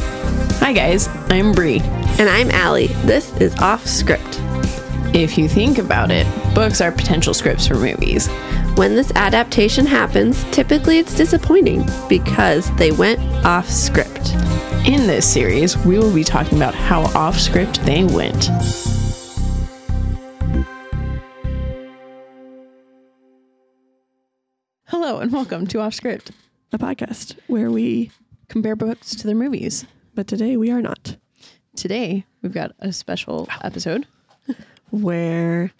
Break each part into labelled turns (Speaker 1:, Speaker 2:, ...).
Speaker 1: Hi guys, I'm Bree.
Speaker 2: And I'm Allie. This is Off Script.
Speaker 1: If you think about it, books are potential scripts for movies.
Speaker 2: When this adaptation happens, typically it's disappointing because they went off script.
Speaker 1: In this series, we will be talking about how off script they went. Hello and welcome to Off Script,
Speaker 3: a podcast where we,
Speaker 1: compare books to their movies.
Speaker 3: but today we are not,
Speaker 1: Today, we've got a special episode.
Speaker 3: where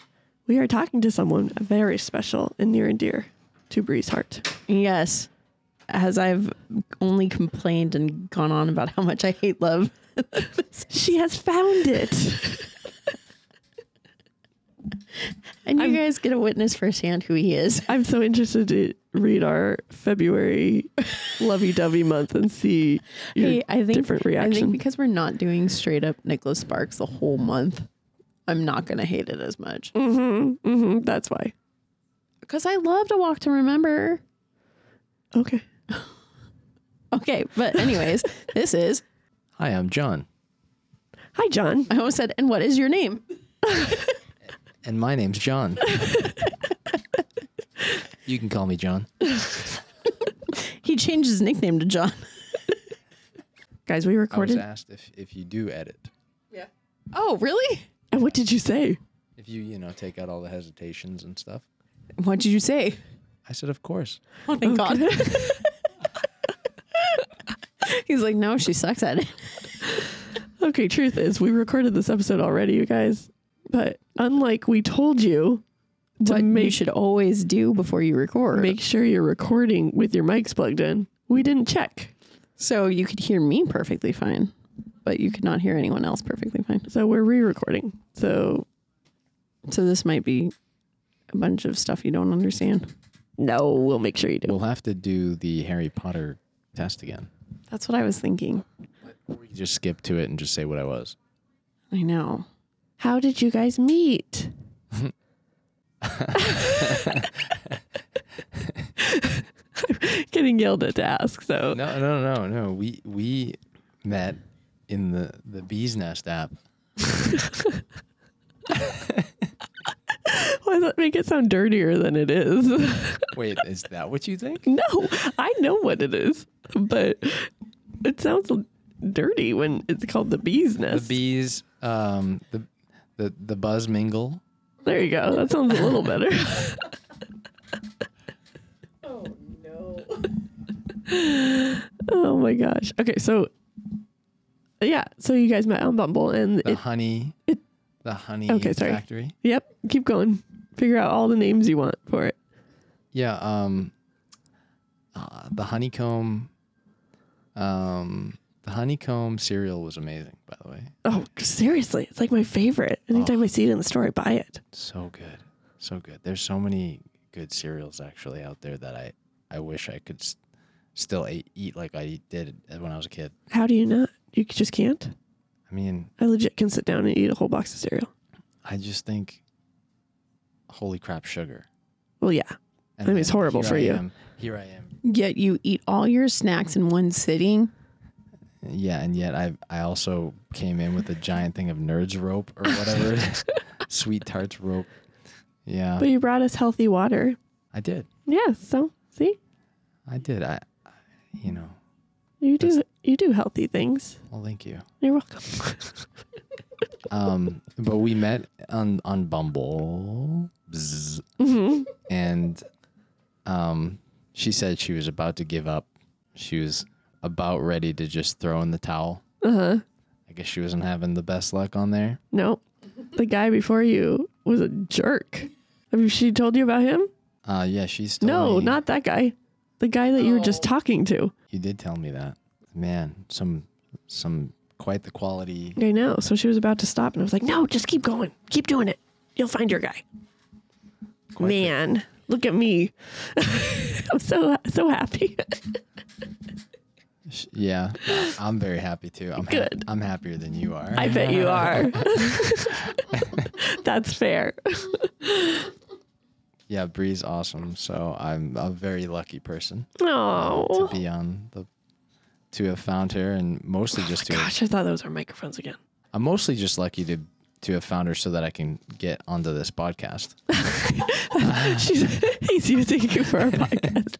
Speaker 3: we are talking to someone very special and near and dear to Bree's heart.
Speaker 1: Yes, as I've only complained and gone on about how much I hate love.
Speaker 3: She has found it.
Speaker 1: And you guys get a witness firsthand who he is.
Speaker 3: I'm so interested to read our February lovey dovey month and see your
Speaker 1: Hey, I think
Speaker 3: different
Speaker 1: I
Speaker 3: reaction.
Speaker 1: think because we're not doing straight up Nicholas Sparks the whole month, I'm not gonna hate it as much.
Speaker 3: Mhm, that's why.
Speaker 1: Because I loved A Walk to Remember.
Speaker 3: Okay.
Speaker 1: Okay, but anyways, this is
Speaker 4: Hi, I'm John,
Speaker 3: Hi, John.
Speaker 1: I almost said, and what is your name?
Speaker 4: and my name's John. you can call me John.
Speaker 1: He changed his nickname to John.
Speaker 3: Guys, we
Speaker 5: I was
Speaker 3: recorded.
Speaker 5: asked if, if you do edit,
Speaker 1: Oh, really?
Speaker 3: And what did you say?
Speaker 5: if you you know take out all the hesitations and stuff.
Speaker 1: What did you say?
Speaker 5: I said, of course.
Speaker 1: Oh my god. He's like, no, she sucks at it.
Speaker 3: Okay, truth is, we recorded this episode already, you guys. But unlike we told you to
Speaker 1: What you
Speaker 3: make
Speaker 1: should always do before you record.
Speaker 3: make sure you're recording with your mics plugged in. We didn't check.
Speaker 1: so you could hear me perfectly fine, but you could not hear anyone else perfectly fine.
Speaker 3: So we're re recording. So,
Speaker 1: So this might be a bunch of stuff you don't understand.
Speaker 3: no, we'll make sure you do.
Speaker 5: We'll have to do the Harry Potter test again.
Speaker 1: That's what I was thinking.
Speaker 5: We can just skip to it and just say what I was.
Speaker 1: I know.
Speaker 3: How did you guys meet? Getting yelled at to ask. So,
Speaker 5: No, no, no, no. We we met in the the bee's nest app.
Speaker 3: why does that make it sound dirtier than it is?
Speaker 5: Wait, is that what you think?
Speaker 3: no, I know what it is, but it sounds dirty when it's called the bee's
Speaker 5: The
Speaker 3: nest.
Speaker 5: bees, um, the the the buzz mingle.
Speaker 3: There you go. That sounds a little better. oh no. oh my gosh. Okay, so yeah, so you guys met on Bumble and
Speaker 5: the
Speaker 3: it,
Speaker 5: honey, the honey
Speaker 3: Okay, sorry.
Speaker 5: factory.
Speaker 3: yep, keep going. Figure out all the names you want for it.
Speaker 5: Yeah, um, uh, the honeycomb, um, the honeycomb cereal was amazing. By the way,
Speaker 3: Oh, seriously, it's like my favorite. Anytime I see it in the store, I buy it.
Speaker 5: so good, so good. There's so many good cereals actually out there that I I wish I could s- still a- eat like I did when I was a kid.
Speaker 3: How do you not? You just can't.
Speaker 5: I mean,
Speaker 3: I legit can sit down and eat a whole box of cereal.
Speaker 5: I just think, holy crap, sugar.
Speaker 3: Well, yeah. I mean, it's
Speaker 5: then
Speaker 3: horrible
Speaker 5: here
Speaker 3: for
Speaker 5: I
Speaker 3: you.
Speaker 5: am- here I am.
Speaker 1: Yet you eat all your snacks in one sitting.
Speaker 5: Yeah, and yet I I also came in with a giant thing of Nerds rope or whatever, it is. sweet tarts rope. Yeah,
Speaker 3: But you brought us healthy water.
Speaker 5: I did.
Speaker 3: Yeah, so see?
Speaker 5: I did. I, I you know.
Speaker 3: You do you do healthy things.
Speaker 5: Well, thank you.
Speaker 3: You're welcome.
Speaker 5: Um, but we met on on Bumble, Bzz.
Speaker 3: Mm-hmm.
Speaker 5: and um, she said she was about to give up. She was about ready to just throw in the towel.
Speaker 3: Uh huh.
Speaker 5: I guess she wasn't having the best luck on there.
Speaker 3: No. The guy before you was a jerk. Have you, she told you about him?
Speaker 5: Uh, yeah, she's
Speaker 3: No, not that guy. The guy that you were
Speaker 5: Oh.
Speaker 3: just talking to.
Speaker 5: You did tell me that, man. Some some quite the quality.
Speaker 3: I know. So she was about to stop, and I was like, no, just keep going. Keep doing it. You'll find your guy. Man, look at me. I'm so so happy.
Speaker 5: Sh- Yeah, I'm very happy too. I'm hap-
Speaker 3: Good.
Speaker 5: I'm happier than you are.
Speaker 3: I bet you are. That's fair.
Speaker 5: yeah, Bree's awesome. So I'm a very lucky person.
Speaker 3: Oh,
Speaker 5: to be on the to have found her, and mostly just to
Speaker 3: Gosh, I thought those were microphones again.
Speaker 5: I'm mostly just lucky to to have found her so that I can get onto this podcast.
Speaker 3: She's, he's using you for a podcast.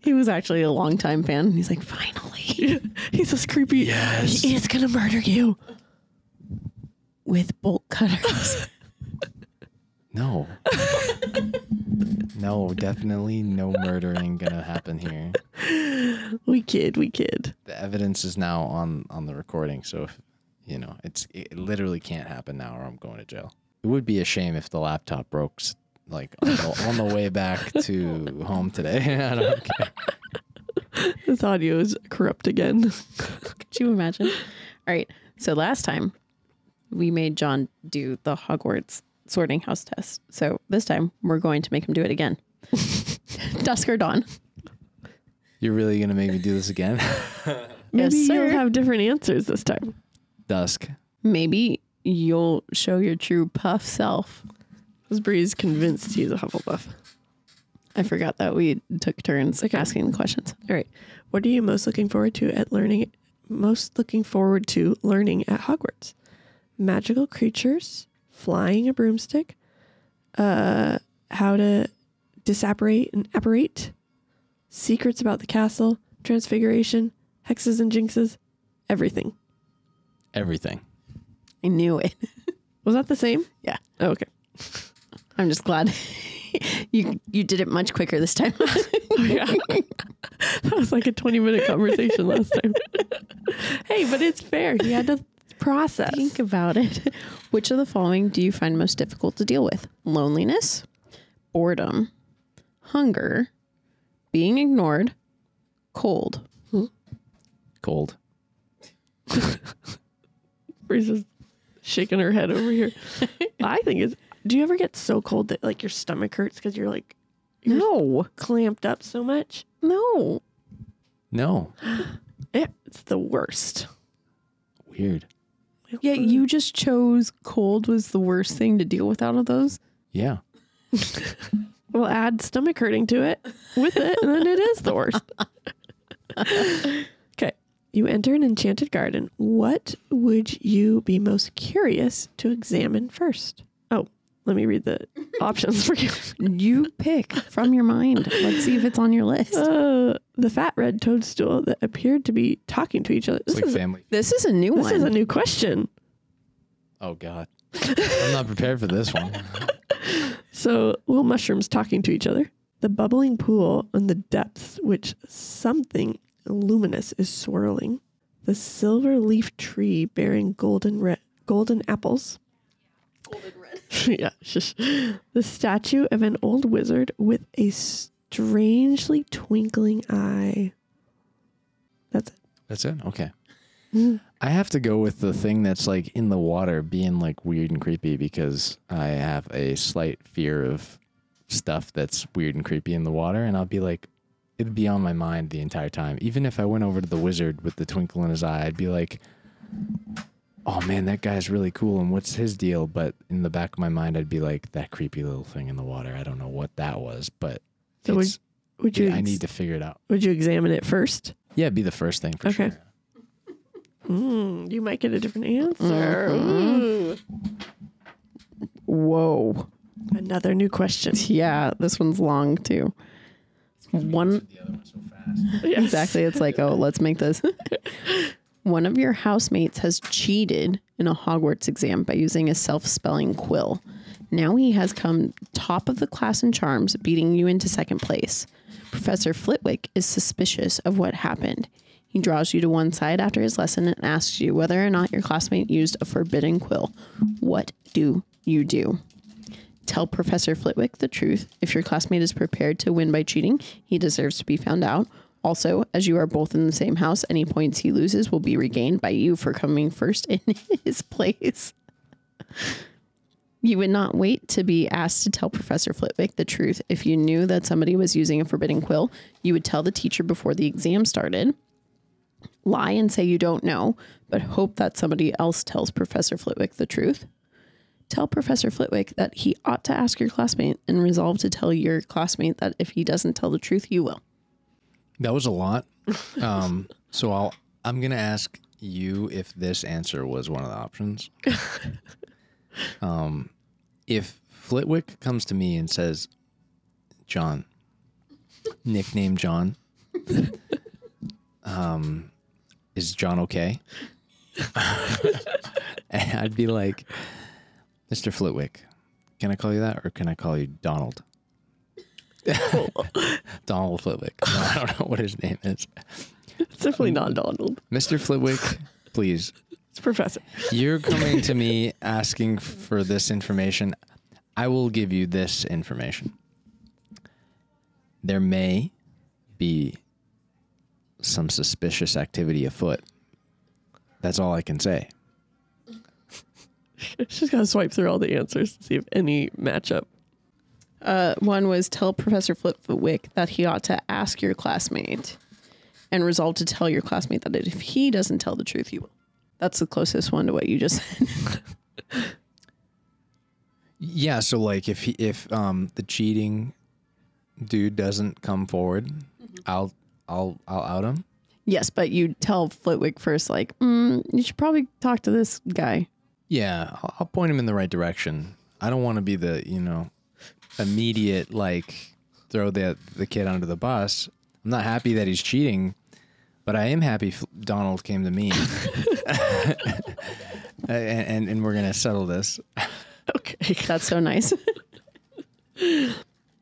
Speaker 1: He was actually a longtime fan. and He's like, finally,
Speaker 3: he's this creepy.
Speaker 5: Yes.
Speaker 3: He is going to murder you.
Speaker 1: with bolt cutters.
Speaker 5: No. no, definitely no murdering gonna happen here.
Speaker 3: We kid, we kid.
Speaker 5: The evidence is now on on the recording, so if, you know, it's it literally can't happen now or I'm going to jail. It would be a shame if the laptop broke s- like on the, on the way back to home today. I don't care.
Speaker 3: This audio is corrupt again.
Speaker 1: Could you imagine? All right. So last time we made John do the Hogwarts sorting house test. So this time we're going to make him do it again. Dusk or dawn.
Speaker 5: You're really gonna make me do this again?
Speaker 3: Maybe
Speaker 1: sir.
Speaker 3: you'll have different answers this time.
Speaker 5: Dusk.
Speaker 1: Maybe you'll show your true puff self.
Speaker 3: Because Bree's convinced he's a Hufflepuff.
Speaker 1: I forgot that we took turns asking the questions.
Speaker 3: All right. What are you most looking forward to at learning? Most looking forward to learning at Hogwarts? Magical creatures, flying a broomstick, uh, how to disapparate and apparate, secrets about the castle, transfiguration, hexes and jinxes, everything.
Speaker 5: Everything.
Speaker 1: I knew it.
Speaker 3: Was that the same?
Speaker 1: Yeah.
Speaker 3: Oh, okay.
Speaker 1: I'm just glad you you did it much quicker this time.
Speaker 3: Yeah. that was like a 20 minute conversation last time. hey, but it's fair. You had to process.
Speaker 1: Think about it. Which of the following do you find most difficult to deal with? Loneliness, boredom, hunger, being ignored, cold.
Speaker 5: Cold.
Speaker 3: Bree's just shaking her head over here. I think it's. Do you ever get so cold that like your stomach hurts because you're like
Speaker 1: No,
Speaker 3: clamped up so much?
Speaker 1: no.
Speaker 5: No.
Speaker 3: Yeah, it's the worst.
Speaker 5: Weird.
Speaker 1: Yeah,
Speaker 3: Mm-hmm.
Speaker 1: you just chose cold was the worst thing to deal with out of those.
Speaker 5: Yeah.
Speaker 3: Well, add stomach hurting to it with it, and then it is the worst. okay. You enter an enchanted garden. What would you be most curious to examine first? Oh, let me read the options for you.
Speaker 1: You pick from your mind. Let's see if it's on your list.
Speaker 3: Uh, the fat red toadstool that appeared to be talking to each other. This
Speaker 5: It's like
Speaker 3: is
Speaker 5: family.
Speaker 1: This is a new
Speaker 3: This
Speaker 1: one.
Speaker 3: is a new question.
Speaker 5: Oh God, I'm not prepared for this one.
Speaker 3: So, little mushrooms talking to each other. The bubbling pool in the depths, which something luminous is swirling. The silver leaf tree bearing golden red, golden apples. Golden red. yeah. shush. The statue of an old wizard with a strangely twinkling eye. That's it.
Speaker 5: That's it. Okay.
Speaker 3: Mm.
Speaker 5: I have to go with the thing that's like in the water, being like weird and creepy, because I have a slight fear of stuff that's weird and creepy in the water, and I'll be like, it'd be on my mind the entire time. Even if I went over to the wizard with the twinkle in his eye, I'd be like, oh man, that guy's really cool, and what's his deal? But in the back of my mind, I'd be like, that creepy little thing in the water. I don't know what that was, but
Speaker 3: So would,
Speaker 5: it's-
Speaker 3: would you
Speaker 5: I
Speaker 3: ex-
Speaker 5: need to figure it out.
Speaker 3: would you examine it first?
Speaker 5: Yeah, it'd be the first thing for
Speaker 3: Okay.
Speaker 5: sure.
Speaker 3: Hmm, you might get a different answer. Ooh.
Speaker 1: Whoa.
Speaker 3: Another new question.
Speaker 1: Yeah, this one's long too. One exactly. It's like, oh, let's make this. One of your housemates has cheated in a Hogwarts exam by using a self spelling quill. Now he has come top of the class in charms, beating you into second place. Professor Flitwick is suspicious of what happened. He draws you to one side after his lesson and asks you whether or not your classmate used a forbidden quill. What do you do? Tell Professor Flitwick the truth. If your classmate is prepared to win by cheating, he deserves to be found out. Also, as you are both in the same house, any points he loses will be regained by you for coming first in his place. You would not wait to be asked to tell Professor Flitwick the truth. If you knew that somebody was using a forbidden quill, you would tell the teacher before the exam started. Lie and say you don't know, but hope that somebody else tells Professor Flitwick the truth tell Professor Flitwick that he ought to ask your classmate and resolve to tell your classmate that if he doesn't tell the truth, you will.
Speaker 5: That was a lot. Um, so I'll I'm gonna ask you if this answer was one of the options. um, if Flitwick comes to me and says, "John, nickname John," um, is John okay? and I'd be like, "Mr. Flitwick, can I call you that, or can I call you Donald?" Donald Flitwick. No, I don't know what his name is.
Speaker 3: It's definitely not Donald.
Speaker 5: Mr. Flitwick, please.
Speaker 3: It's Professor.
Speaker 5: You're coming to me asking for this information. I will give you this information. There may be some suspicious activity afoot. That's all I can say.
Speaker 3: She's got to swipe through all the answers to see if any match up.
Speaker 1: Uh, one was tell Professor Flitwick that he ought to ask your classmate and resolve to tell your classmate that if he doesn't tell the truth, he will. That's the closest one to what you just said.
Speaker 5: Yeah, so like if he, if um the cheating dude doesn't come forward, I'll I'll I'll out him.
Speaker 1: yes, but you tell Flitwick first, like, mm, you should probably talk to this guy.
Speaker 5: Yeah, I'll, I'll point him in the right direction. I don't want to be the you know immediate like throw the the kid under the bus. I'm not happy that he's cheating, but I am happy F- Donald came to me, and, and and we're gonna settle this.
Speaker 3: Okay.
Speaker 1: That's so nice.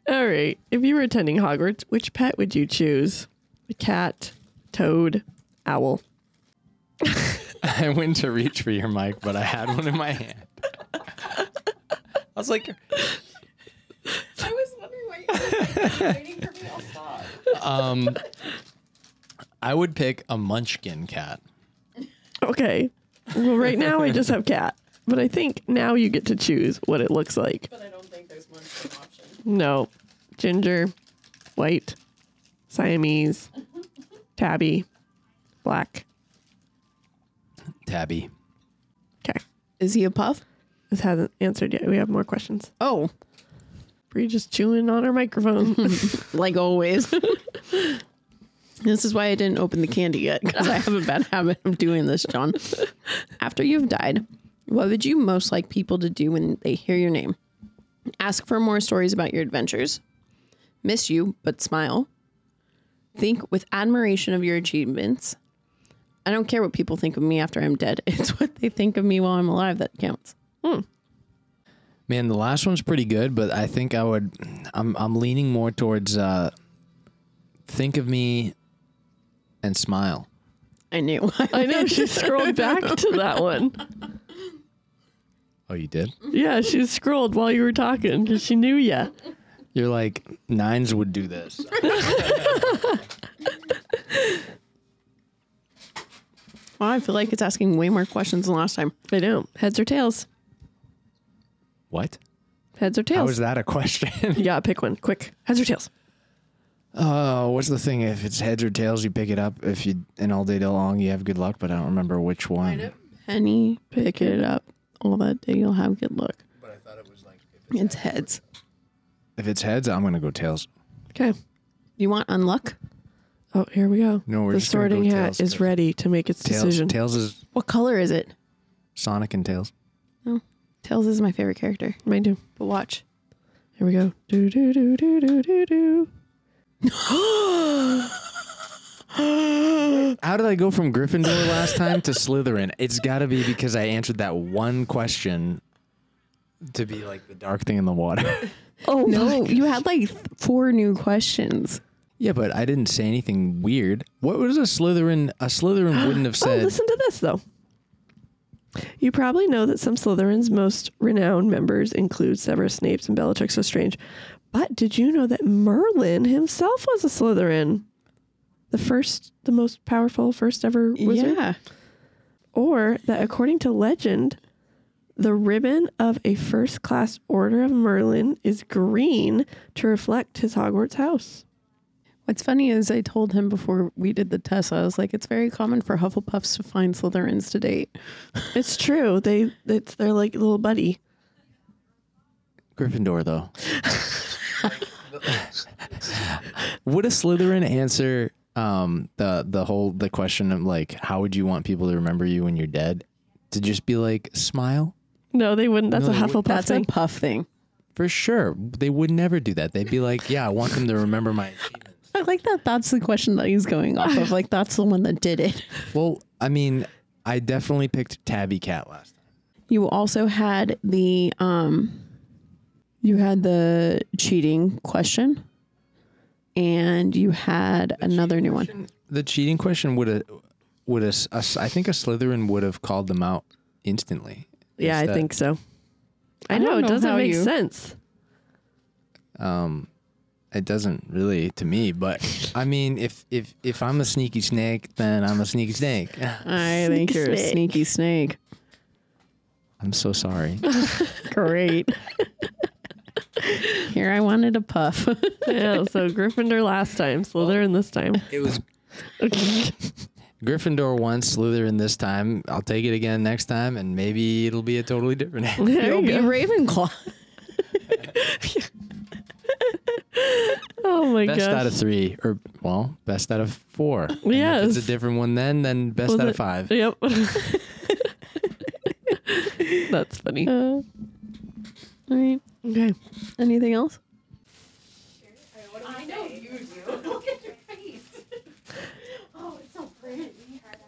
Speaker 3: All right. If you were attending Hogwarts, which pet would you choose? A cat, toad, owl.
Speaker 5: I went to reach for your mic, but I had one in my hand. I was like,
Speaker 1: I was wondering why you were waiting for me. I'll stop.
Speaker 5: um, I would pick a Munchkin cat.
Speaker 3: Okay. Well, right now I just have cat, but I think now you get to choose what it looks like.
Speaker 1: But I don't think there's one option.
Speaker 3: No, ginger, white, Siamese, tabby, black.
Speaker 5: Tabby.
Speaker 3: Okay.
Speaker 1: Is he a puff?
Speaker 3: This hasn't answered yet. We have more questions.
Speaker 1: Oh,
Speaker 3: Bree just chewing on her microphone.
Speaker 1: like always. this is why I didn't open the candy yet because I have a bad habit of doing this, John. After you've died, what would you most like people to do when they hear your name? Ask for more stories about your adventures, miss you, but smile, think with admiration of your achievements. I don't care what people think of me after I'm dead. It's what they think of me while I'm alive that counts.
Speaker 5: Man, the last one's pretty good, but I think I would. I'm I'm leaning more towards uh, think of me and smile.
Speaker 1: I knew.
Speaker 3: I know she scrolled back to that one.
Speaker 5: Oh, you did?
Speaker 3: Yeah, she scrolled while you were talking because she knew you.
Speaker 5: You're like nines would do this.
Speaker 1: Well, I feel like it's asking way more questions than last time.
Speaker 3: I know. Heads or tails?
Speaker 5: what?
Speaker 3: Heads or
Speaker 5: How
Speaker 3: tails?
Speaker 5: is that a question?
Speaker 3: You gotta pick one. Quick. Heads or tails?
Speaker 5: Oh, what's the thing? If it's heads or tails, you pick it up. If you and all day long, you have good luck. But I don't remember which one.
Speaker 1: Penny, pick it up. All that day you'll have good luck. But I thought it was like it's, heads.
Speaker 5: If it's heads, I'm gonna go tails.
Speaker 3: Okay.
Speaker 1: You want unluck?
Speaker 3: Oh, here we go.
Speaker 5: No, we're
Speaker 3: the
Speaker 5: just gonna go
Speaker 3: sorting hat
Speaker 5: tails,
Speaker 3: is
Speaker 5: tails.
Speaker 3: ready to make its
Speaker 5: Tails.
Speaker 3: decision.
Speaker 5: Tails is
Speaker 1: What color is it?
Speaker 5: Sonic and Tails.
Speaker 1: Tails is my favorite character.
Speaker 3: Mine too.
Speaker 1: But watch.
Speaker 3: Here we go. Do do do do do do do.
Speaker 5: How did I go from Gryffindor last time to Slytherin? It's got to be because I answered that one question to be like the dark thing in the water.
Speaker 1: Oh no, you had like th- four new questions.
Speaker 5: yeah, but I didn't say anything weird. What was a Slytherin? A Slytherin wouldn't have
Speaker 3: Oh,
Speaker 5: said.
Speaker 3: listen to this though. You probably know that some Slytherin's most renowned members include Severus Snape and Bellatrix Lestrange, but did you know that Merlin himself was a Slytherin? The first, the most powerful, first ever wizard?
Speaker 1: Yeah.
Speaker 3: or that according to legend, the ribbon of a first class order of Merlin is green to reflect his Hogwarts house.
Speaker 1: What's funny is I told him before we did the test, I was like, it's very common for Hufflepuffs to find Slytherins to date.
Speaker 3: It's true. They it's their like little buddy.
Speaker 5: Gryffindor though. Would a Slytherin answer um the the whole the question of like how would you want people to remember you when you're dead to just be like smile
Speaker 3: No, they wouldn't. That's a Hufflepuff
Speaker 1: That's
Speaker 3: thing.
Speaker 1: a puff thing.
Speaker 5: for sure they would never do that they'd be like yeah i want them to remember my achievements
Speaker 1: I like that. That's the question that he's going off of. Like that's the one that did it.
Speaker 5: well i mean i definitely picked tabby cat last time
Speaker 1: You also had the um you had the cheating question and you had another new one.
Speaker 5: the cheating question would have would have i think a slytherin would have called them out instantly
Speaker 3: yeah, I
Speaker 5: that-
Speaker 3: think so. I
Speaker 1: I
Speaker 3: know,
Speaker 1: don't
Speaker 3: it
Speaker 1: know
Speaker 3: doesn't
Speaker 1: how
Speaker 3: make
Speaker 1: you-
Speaker 3: sense.
Speaker 5: um it doesn't really to me but i mean if if if i'm a sneaky snake then i'm a sneaky snake
Speaker 1: I think
Speaker 3: Sneaky
Speaker 1: you're a
Speaker 3: snake.
Speaker 1: sneaky snake.
Speaker 5: i'm so sorry
Speaker 1: Great. Here I wanted a puff.
Speaker 3: yeah, so Gryffindor last time, Slytherin this time.
Speaker 5: it was gryffindor once slytherin this time i'll take it again next time and maybe it'll be a totally different
Speaker 3: There you go.
Speaker 1: Ravenclaw.
Speaker 3: Oh my
Speaker 5: best out
Speaker 3: gosh.
Speaker 5: of three or well best out of four And if
Speaker 3: Yes.
Speaker 5: it's a different one then then best
Speaker 3: Was
Speaker 5: out
Speaker 3: it-
Speaker 5: of five
Speaker 3: Yep. That's funny.
Speaker 1: all right.
Speaker 3: Uh, Okay.
Speaker 1: Anything else?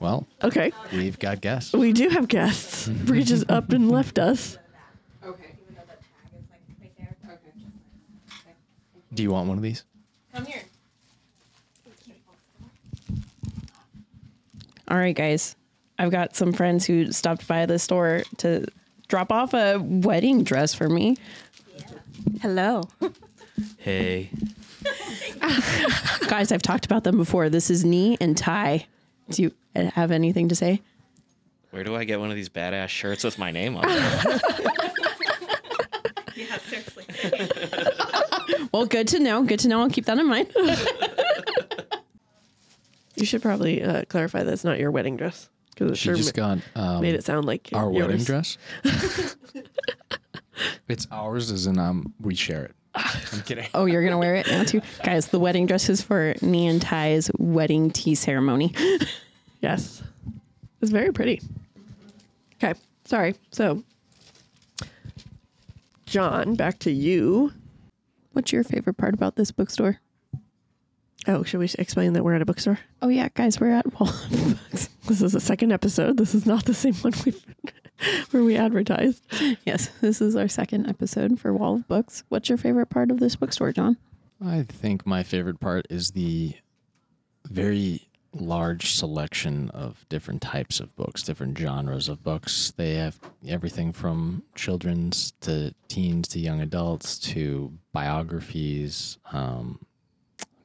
Speaker 5: well
Speaker 3: Okay.
Speaker 5: we've got guests
Speaker 3: We do have guests. Bree just up and left us.
Speaker 5: do you want one of these
Speaker 1: All right, guys. I've got some friends who stopped by the store to drop off a wedding dress for me.
Speaker 6: Hello.
Speaker 7: Hey.
Speaker 1: guys, I've talked about them before. This is knee and tie. Do you have anything to say?
Speaker 7: Where do I get one of these badass shirts with my name on it?
Speaker 1: Well, good to know. Good to know. I'll keep that in mind.
Speaker 3: You should probably uh, clarify that's not your wedding dress because it
Speaker 5: she
Speaker 3: sure
Speaker 5: just
Speaker 3: ma-
Speaker 5: got um,
Speaker 3: made it sound like
Speaker 5: our
Speaker 3: yours.
Speaker 5: wedding dress. it's ours, as in um, we share it. I'm kidding.
Speaker 1: oh, you're gonna wear it now too, guys. The wedding dress is for knee and tie's wedding tea ceremony.
Speaker 3: Yes, it's very pretty. Okay, sorry. So, John, back to you.
Speaker 1: What's your favorite part about this bookstore?
Speaker 3: Oh, should we explain that we're at a bookstore?
Speaker 1: Oh yeah, guys, we're at Wall of Books.
Speaker 3: This is the second episode. This is not the same one we where we advertised.
Speaker 1: Yes, this is our second episode for Wall of Books. What's your favorite part of this bookstore, John?
Speaker 5: I think my favorite part is the very large selection of different types of books, different genres of books. They have everything from children's to teens to young adults to biographies, um,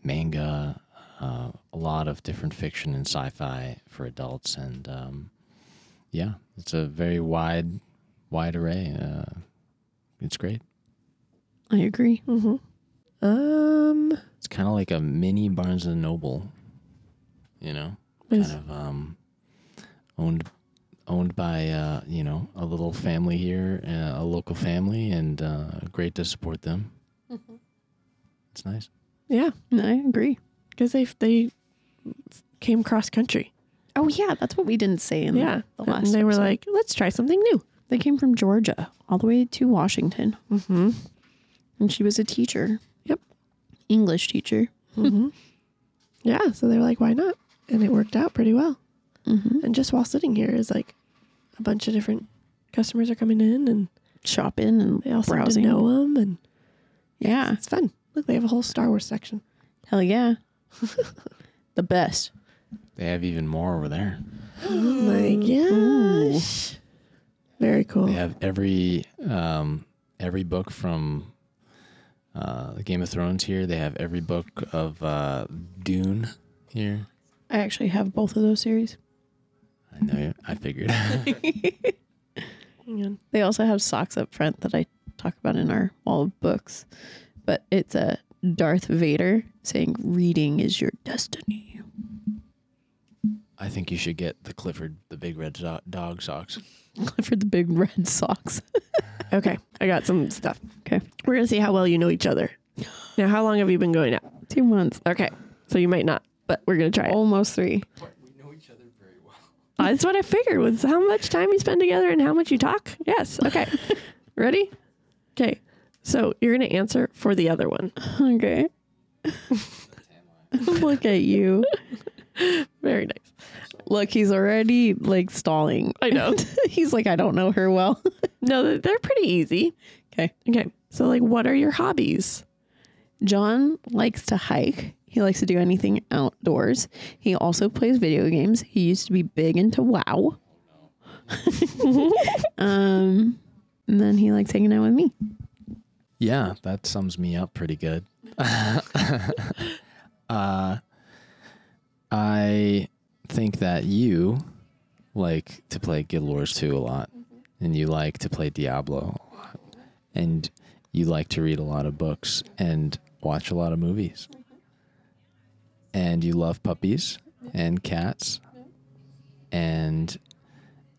Speaker 5: manga, uh, a lot of different fiction and sci-fi for adults, and um, yeah, it's a very wide, wide array. Uh, it's great.
Speaker 1: I agree.
Speaker 3: Mm-hmm. Um,
Speaker 5: It's kind of like a mini Barnes and Noble, you know,
Speaker 3: Yes.
Speaker 5: kind of um, owned owned by uh, you know a little family here, uh, a local family, and uh, great to support them. It's nice.
Speaker 3: yeah,
Speaker 1: I agree.
Speaker 3: because they they came cross country.
Speaker 1: Oh yeah, that's what we didn't say in
Speaker 3: Yeah,
Speaker 1: Mm-hmm. the, the last.
Speaker 3: and they were
Speaker 1: episode.
Speaker 3: like, let's try something new.
Speaker 1: they came from Georgia all the way to Washington, mm-hmm. and she was a teacher.
Speaker 3: Yep.
Speaker 1: English teacher.
Speaker 3: Yeah, so they were like, why not? And it worked out pretty well. And just while sitting here is like a bunch of different customers are coming in and
Speaker 1: shopping and
Speaker 3: they also
Speaker 1: browsing.
Speaker 3: know them and
Speaker 1: Yeah.
Speaker 3: it's fun. Look, they have a whole Star Wars section.
Speaker 1: Hell yeah. the best.
Speaker 5: They have even more over there.
Speaker 3: Oh my gosh. Very cool.
Speaker 5: They have every um, every book from uh, Game of Thrones here. They have every book of uh, Dune here.
Speaker 1: I actually have both of those series.
Speaker 5: I know. I figured.
Speaker 3: Hang on.
Speaker 1: They also have socks up front that I talk about in our wall of books. But it's a Darth Vader saying reading is your destiny.
Speaker 5: I think you should get the Clifford the Big Red so- Dog socks.
Speaker 1: For the big red socks.
Speaker 3: Okay, I got some stuff.
Speaker 1: Okay.
Speaker 3: We're going to see how well you know each other. Now, how long have you been going out?
Speaker 1: Two months.
Speaker 3: Okay, so you might not but we're gonna try it.
Speaker 1: Almost three.
Speaker 3: That's what I figured was how much time you spend together and how much you talk. Yes. Okay. Ready? Okay. So you're gonna answer for the other one.
Speaker 1: Okay. Look at you.
Speaker 3: Very nice.
Speaker 1: Look, he's already like stalling.
Speaker 3: I know.
Speaker 1: he's like, I don't know her well.
Speaker 3: No, th- they're pretty easy.
Speaker 1: Okay.
Speaker 3: Okay. So like, what are your hobbies?
Speaker 1: John likes to hike. He likes to do anything outdoors. He also plays video games. He used to be big into WoW. um, and then he likes hanging out with me.
Speaker 5: Yeah, that sums me up pretty good. uh, I think that you like to play Guild Wars 2 a lot, and you like to play Diablo a lot, and you like to read a lot of books and watch a lot of movies. And you love puppies and cats, and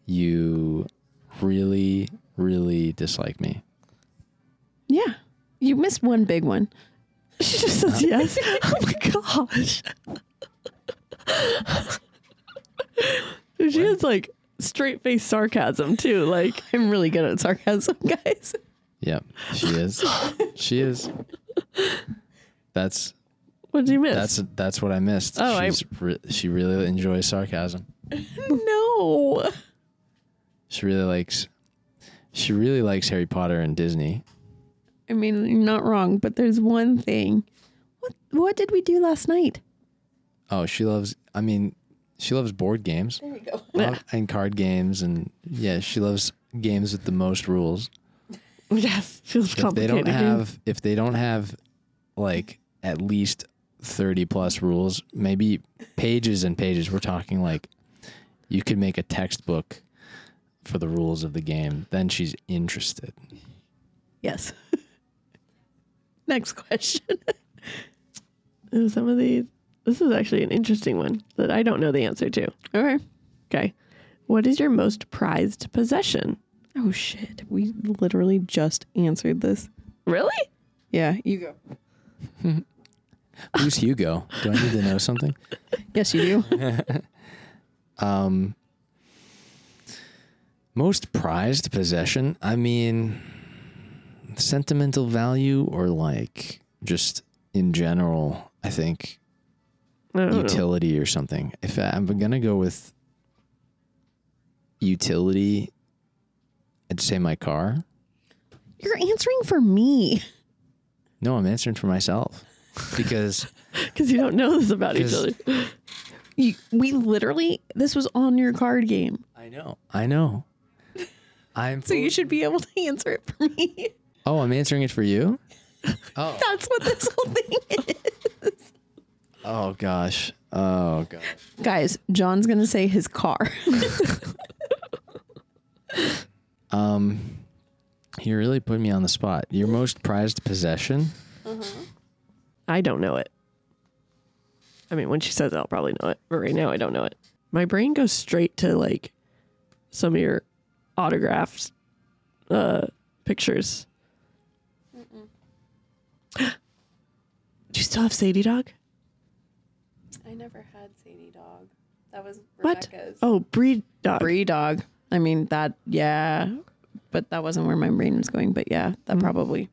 Speaker 5: you really, really dislike me.
Speaker 1: Yeah. You missed one big one.
Speaker 3: She just says yes. Oh my gosh. She has like straight face sarcasm too. Like
Speaker 1: I'm really good at sarcasm, guys.
Speaker 5: Yep, she is. she is. That's
Speaker 3: what did you miss?
Speaker 5: that's that's what I missed.
Speaker 3: Oh, I-
Speaker 5: She's re- she really enjoys sarcasm.
Speaker 3: no.
Speaker 5: She really likes she really likes Harry Potter and Disney.
Speaker 1: I mean, you're not wrong, but there's one thing. What what did we do last night?
Speaker 5: Oh, she loves I mean, she loves board games. There you go. and card games and yeah, she loves games with the most rules.
Speaker 3: Yes. Feels
Speaker 5: If they
Speaker 3: complicated.
Speaker 5: don't have if they don't have like at least 30 plus rules, maybe pages and pages. We're talking like you could make a textbook for the rules of the game. Then she's interested.
Speaker 1: Yes. Next question.
Speaker 3: Ooh, some of these. This is actually an interesting one that I don't know the answer to.
Speaker 1: Okay.
Speaker 3: Okay. What is your most prized possession?
Speaker 1: Oh shit. We literally just answered this.
Speaker 3: Really?
Speaker 1: Yeah, you go.
Speaker 5: Who's Hugo? Do I need to know something?
Speaker 1: Yes, you do.
Speaker 5: Um, most prized possession? I mean, sentimental value or like just in general, I think
Speaker 3: I don't know.
Speaker 5: utility or something. If I, I'm going to go with utility, I'd say my car.
Speaker 1: You're answering for me.
Speaker 5: No, I'm answering for myself because
Speaker 3: Because you don't know this about each other.
Speaker 5: 'Cause-
Speaker 1: You, we literally this was on your card game.
Speaker 5: I know. I know. I'm
Speaker 1: So you should be able to answer it for me.
Speaker 5: Oh, I'm answering it for you? Oh.
Speaker 1: That's what this whole thing is.
Speaker 5: Oh gosh. Oh gosh.
Speaker 1: Guys, John's going to say his car.
Speaker 5: Um, you really put me on the spot. Your most prized possession?
Speaker 3: I don't know it. I mean, when she says it, I'll probably know it. But right now, I don't know it. My brain goes straight to like some of your autographs, uh, pictures. Do you still have Sadie Dog?
Speaker 2: I never had Sadie Dog. That was
Speaker 3: What? Oh, Breed Dog.
Speaker 1: Bree dog. I mean, that yeah, but that wasn't where my brain was going, but yeah, that probably.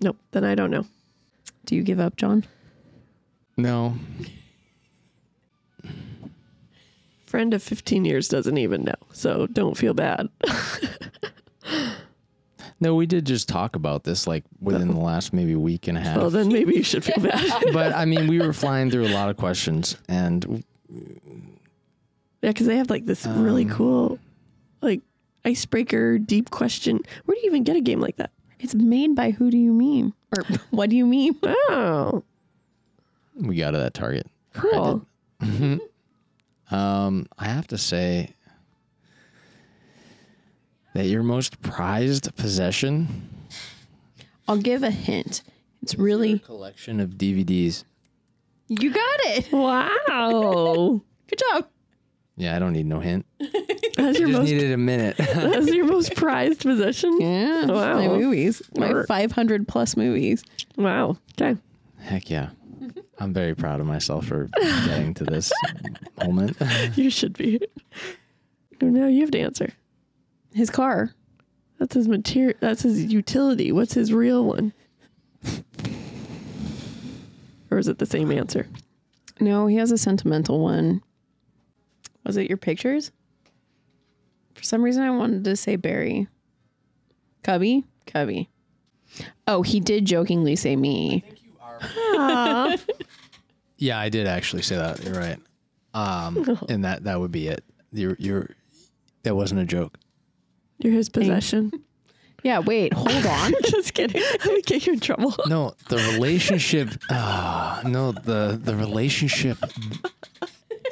Speaker 3: Nope. Then I don't know.
Speaker 1: Do you give up, John?
Speaker 5: No.
Speaker 3: Friend of 15 years doesn't even know. So don't feel bad.
Speaker 5: No, we did just talk about this like within the last maybe week and a half.
Speaker 3: well, then maybe you should feel bad.
Speaker 5: but I mean, we were flying through a lot of questions and
Speaker 3: Yeah, because they have like this
Speaker 5: Um.
Speaker 3: really cool, like icebreaker deep question. Where do you even get a game like that?
Speaker 1: It's made by who do you meme or what do you meme?
Speaker 3: Oh,
Speaker 5: we got to that target.
Speaker 3: cool.
Speaker 5: Um, I have to say that your most prized possession
Speaker 1: I'll give a hint. It's really
Speaker 5: collection of DVDs.
Speaker 1: you got it.
Speaker 3: Wow,
Speaker 1: Good job.
Speaker 5: Yeah, I don't need no hint.
Speaker 3: that's your
Speaker 5: Just
Speaker 3: most
Speaker 5: needed a minute.
Speaker 3: that's your most prized possession.
Speaker 1: Yeah,
Speaker 3: Oh, Wow.
Speaker 1: my movies, my
Speaker 3: Work.
Speaker 1: 500 plus movies.
Speaker 3: Wow. Okay.
Speaker 5: Heck yeah. I'm very proud of myself for getting to this moment.
Speaker 3: You should be. Now you have to answer.
Speaker 1: His car.
Speaker 3: That's his material. That's his utility. What's his real one? Or is it the same answer?
Speaker 1: No, he has a sentimental one. Was it your pictures? For some reason, I wanted to say Barry. Cubby? Cubby. Oh, he did jokingly say me.
Speaker 5: yeah, I did actually say that. You're right. Um, and that that would be it. You're, you're that wasn't a joke.
Speaker 3: You're his possession.
Speaker 1: Yeah, wait, hold on.
Speaker 3: Just kidding. We get you in trouble.
Speaker 5: No, the relationship. ah, no, the the relationship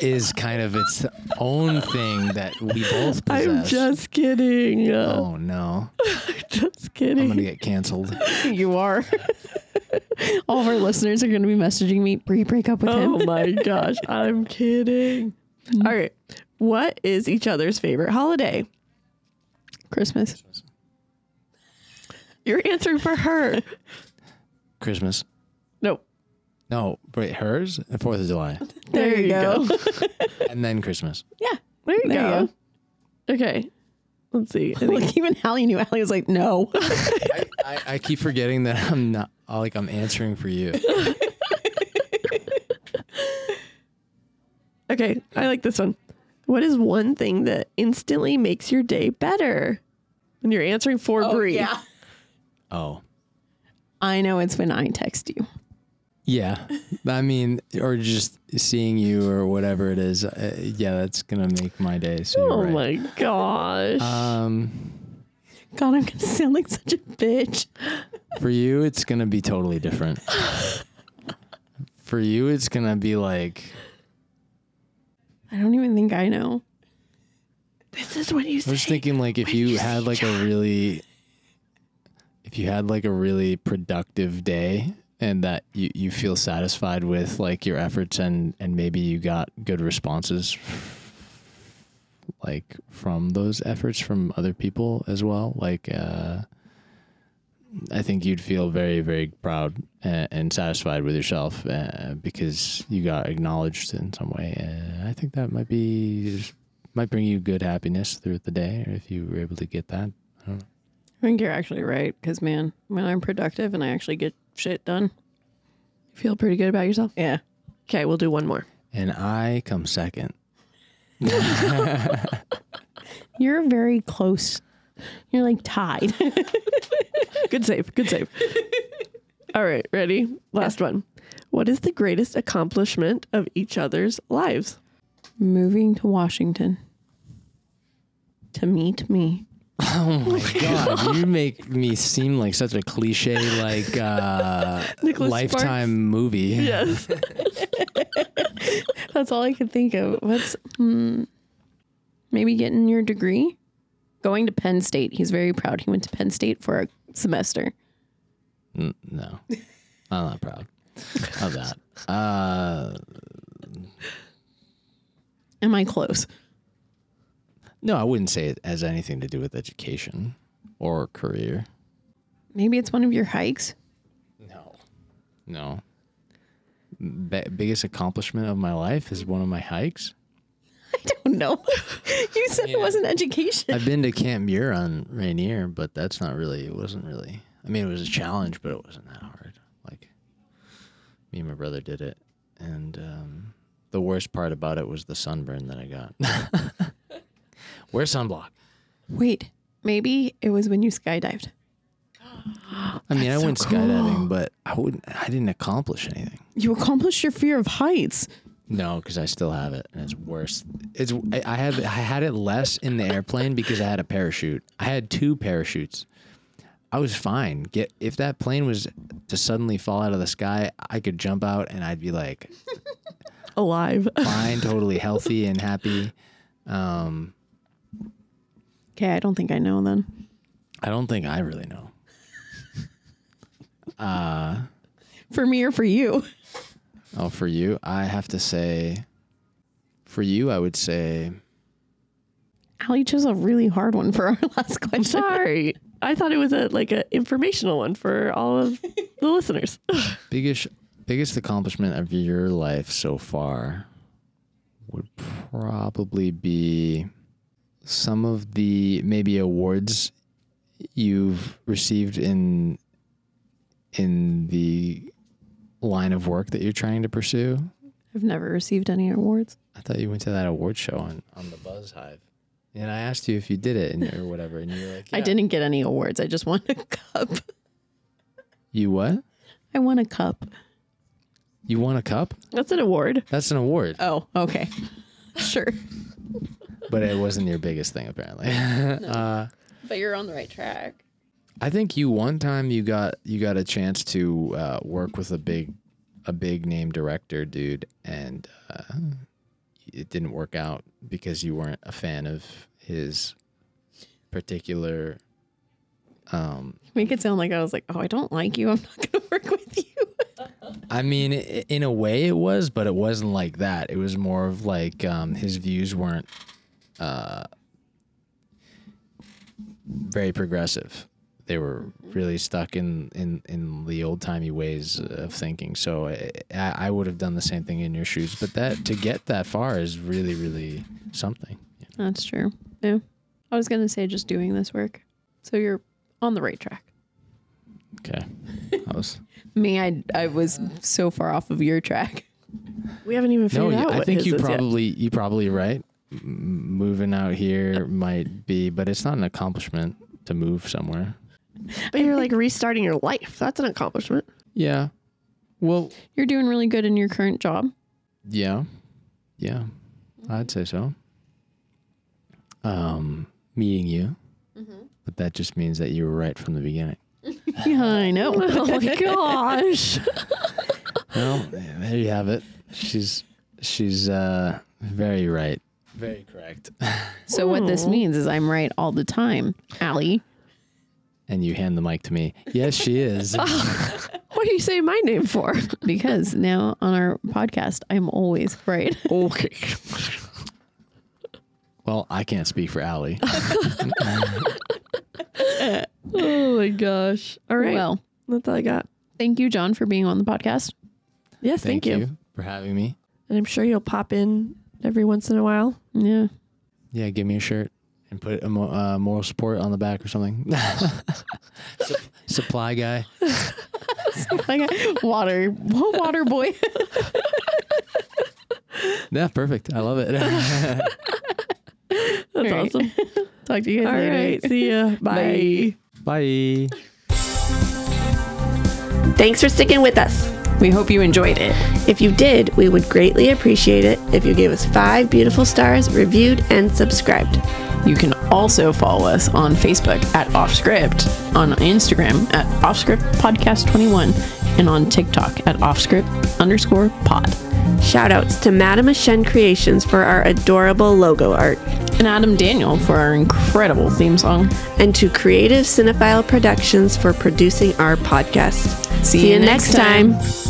Speaker 5: is kind of its own thing that we both possess.
Speaker 3: I'm just kidding. Uh,
Speaker 5: Oh no!
Speaker 3: Just
Speaker 5: I'm
Speaker 3: kidding.
Speaker 5: gonna get canceled.
Speaker 1: you are. All of our listeners are going to be messaging me pre breakup with him.
Speaker 3: Oh my gosh, I'm kidding. All right. What is each other's favorite holiday?
Speaker 1: Christmas.
Speaker 3: You're answering for her.
Speaker 5: Christmas.
Speaker 3: Nope.
Speaker 5: No, wait, hers and Fourth of July,
Speaker 1: There, you go.
Speaker 5: and then Christmas.
Speaker 3: There you
Speaker 1: There you
Speaker 3: go. Okay. Let's see. I think-
Speaker 1: Look, even Allie knew. Allie was like, no.
Speaker 5: I, I, I keep forgetting that I'm not like I'm answering for you.
Speaker 3: okay. I like this one. What is one thing that instantly makes your day better? And you're answering for
Speaker 1: Oh,
Speaker 3: Bree.
Speaker 5: Oh,
Speaker 1: I know it's when I text you.
Speaker 5: yeah. I mean, or just seeing you or whatever it is. Uh, yeah, that's gonna make my day. So
Speaker 3: Oh
Speaker 5: you're right.
Speaker 3: my gosh.
Speaker 5: Um,
Speaker 1: God, I'm going to sound like such a bitch.
Speaker 5: for you, it's gonna be totally different. for you, it's gonna be like
Speaker 1: I don't even think I know.
Speaker 3: this is when you
Speaker 5: I was thinking like if you had like a really if you had like a really productive day and that you, you feel satisfied with like your efforts and and maybe you got good responses like from those efforts from other people as well like uh I think you'd feel very very proud and, and satisfied with yourself uh, because you got acknowledged in some way and I think that might be might bring you good happiness throughout the day or if you were able to get that.
Speaker 1: I think you're actually right. Because, man, when I'm productive and I actually get shit done,
Speaker 3: feel pretty good about yourself.
Speaker 1: yeah.
Speaker 3: Okay, we'll do one more.
Speaker 5: And I come second.
Speaker 1: You're very close. You're like tied.
Speaker 3: Good save. Good save. All right, ready? Last one. What is the greatest accomplishment of each other's lives?
Speaker 1: Moving to Washington to meet me.
Speaker 5: God, you make me seem like such a cliche like uh
Speaker 3: Nicholas Sparks.
Speaker 5: lifetime movie.
Speaker 3: Yes.
Speaker 1: That's all I could think of. What's hmm, maybe getting your degree? Going to Penn State. He's very proud. He went to Penn State for a semester.
Speaker 5: N- No. I'm not proud of that. Uh
Speaker 1: Am I close?
Speaker 5: no, I wouldn't say it has anything to do with education or career.
Speaker 1: Maybe it's one of your hikes.
Speaker 5: No. No. Be- biggest accomplishment of my life is one of my hikes.
Speaker 1: I don't know. you said it wasn't education.
Speaker 5: I've been to Camp Muir on Rainier, but that's not really. It wasn't really. I mean, it was a challenge, but it wasn't that hard. Like, me and my brother did it, and um, the worst part about it was the sunburn that I got. Wear sunblock.
Speaker 1: Wait, maybe it was when you skydived.
Speaker 5: I mean, I went skydiving, but I wouldn't. I didn't accomplish anything.
Speaker 1: You accomplished your fear of heights.
Speaker 5: No, because I still have it, and it's worse. It's I, I have I had it less in the airplane because I had a parachute. I had two parachutes. I was fine. Get if that plane was to suddenly fall out of the sky, I could jump out and I'd be like
Speaker 3: Alive.
Speaker 5: fine, totally healthy and happy. Um,
Speaker 1: Okay, I don't think I know then.
Speaker 5: I don't think I really know.
Speaker 1: For me or for you?
Speaker 5: Oh, for you, I have to say, for you, I would say
Speaker 1: Allie chose a really hard one for our last
Speaker 3: I'm
Speaker 1: question.
Speaker 3: sorry. I thought it was a like a informational one for all of the listeners.
Speaker 5: biggest biggest accomplishment of your life so far would probably be some of the maybe awards you've received in in the line of work that you're trying to pursue.
Speaker 1: I've never received any awards.
Speaker 5: I thought you went to that award show on, on the Buzz Hive. And I asked you if you did it and or whatever, and you were like,
Speaker 1: I
Speaker 5: "Yeah."
Speaker 1: didn't get any awards. I just won a cup.
Speaker 5: You what?
Speaker 1: I won a cup.
Speaker 5: You won a cup?
Speaker 3: That's an award.
Speaker 5: That's an award,
Speaker 1: Oh, okay. Sure.
Speaker 5: but it wasn't your biggest thing apparently.
Speaker 1: But you're on the right track.
Speaker 5: I think you one time you got you got a chance to uh, work with a big a big name director dude, and uh, it didn't work out because you weren't a fan of his particular. Um,
Speaker 1: Make it sound like I was like, oh, I don't like you. I'm not going to work with you.
Speaker 5: I mean, i- in a way, it was, but it wasn't like that. It was more of like um, his views weren't uh, very progressive. They were really stuck in in in the old timey ways of thinking. So I, I I would have done the same thing in your shoes. But that to get that far is really really something.
Speaker 1: That's true. Yeah. I was going to say just doing this work. So you're on the right track.
Speaker 5: Okay, I was.
Speaker 1: Me, I, I was so far off of your track.
Speaker 3: We haven't even
Speaker 5: No,
Speaker 3: figured
Speaker 5: yeah,
Speaker 3: out
Speaker 5: I
Speaker 3: what
Speaker 5: think
Speaker 3: his
Speaker 5: you
Speaker 3: is yet.
Speaker 5: probably you probably right. M- moving out here might be, but it's not an accomplishment to move somewhere.
Speaker 3: But you're like restarting your life. That's an accomplishment.
Speaker 5: Yeah. Well,
Speaker 1: You're doing really good in your current job.
Speaker 5: yeah. Yeah. I'd say so. Um, meeting you. But that just means that you were right from the beginning.
Speaker 1: Yeah, I know.
Speaker 3: Oh my gosh.
Speaker 5: Well, there you have it. She's she's uh very right. Very correct.
Speaker 1: so what this means is I'm right all the time, Allie.
Speaker 5: And you hand the mic to me. Yes, she is.
Speaker 3: What do you say my name for?
Speaker 1: Because now on our podcast, I'm always right.
Speaker 3: Okay.
Speaker 5: well, I can't speak for Allie.
Speaker 3: Oh my gosh. All right. Well,
Speaker 1: Well,
Speaker 3: that's all I got.
Speaker 1: thank you, John, for being on the podcast.
Speaker 3: Yes, thank, you.
Speaker 5: for having me.
Speaker 3: And I'm sure you'll pop in every once in a while.
Speaker 1: Yeah.
Speaker 5: Yeah, give me a shirt and put a mo- uh, moral support on the back or something. Sup- Supply guy.
Speaker 1: like water water boy
Speaker 5: Yeah, perfect. I love it.
Speaker 3: That's
Speaker 1: All right.
Speaker 3: awesome.
Speaker 1: talk to you guys
Speaker 3: All
Speaker 1: later
Speaker 3: right. See ya. Bye.
Speaker 5: Bye.
Speaker 2: Thanks for sticking with us.
Speaker 1: we hope you enjoyed it
Speaker 2: If you did, we would greatly appreciate it if you gave us five beautiful stars, reviewed, and subscribed.
Speaker 1: you can also follow us on facebook at offscript on instagram at offscript podcast 21 and on tiktok at offscript underscore pod
Speaker 2: Shoutouts to Madame Shen Creations for our adorable logo art,
Speaker 1: and adam daniel for our incredible theme song
Speaker 2: and to Creative Cinephile Productions for producing our podcast.
Speaker 1: See you next time.
Speaker 2: time.